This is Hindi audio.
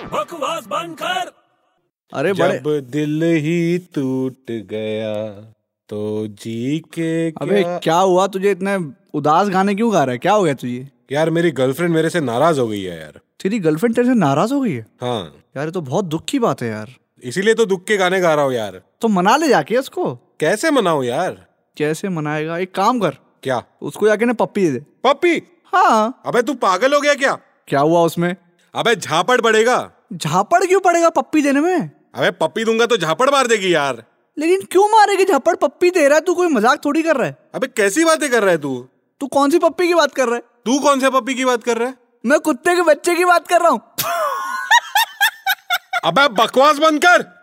आवाज बंद कर अरे बड़े जब दिल ही टूट गया तो जी के अबे क्या... क्या हुआ तुझे इतने उदास गाने क्यों गा रहा है क्या हो गया तुझे यार मेरी गर्लफ्रेंड मेरे से नाराज हो गई है यार तेरी गर्लफ्रेंड तेरे से नाराज हो गई है हाँ यार ये तो बहुत दुख की बात है यार इसीलिए तो दुख के गाने गा रहा हूँ यार तो मना ले जाके उसको कैसे मनाऊं यार कैसे मनाएगा एक काम कर क्या उसको जाके ना पप्पी दे दे पप्पी हाँ अबे तू पागल हो गया क्या क्या हुआ उसमें अबे झापड़ पड़ेगा झापड़ क्यों पड़ेगा पप्पी देने में अबे पप्पी दूंगा तो झापड़ मार देगी यार लेकिन क्यों मारेगी झापड़ पप्पी दे रहा है तू कोई मजाक थोड़ी कर रहा है अबे कैसी बातें कर रहा है तू तू कौन सी पप्पी की बात कर रहा है तू कौन से पप्पी की बात कर रहा है मैं कुत्ते के बच्चे की बात कर रहा हूँ अबे बकवास बंद कर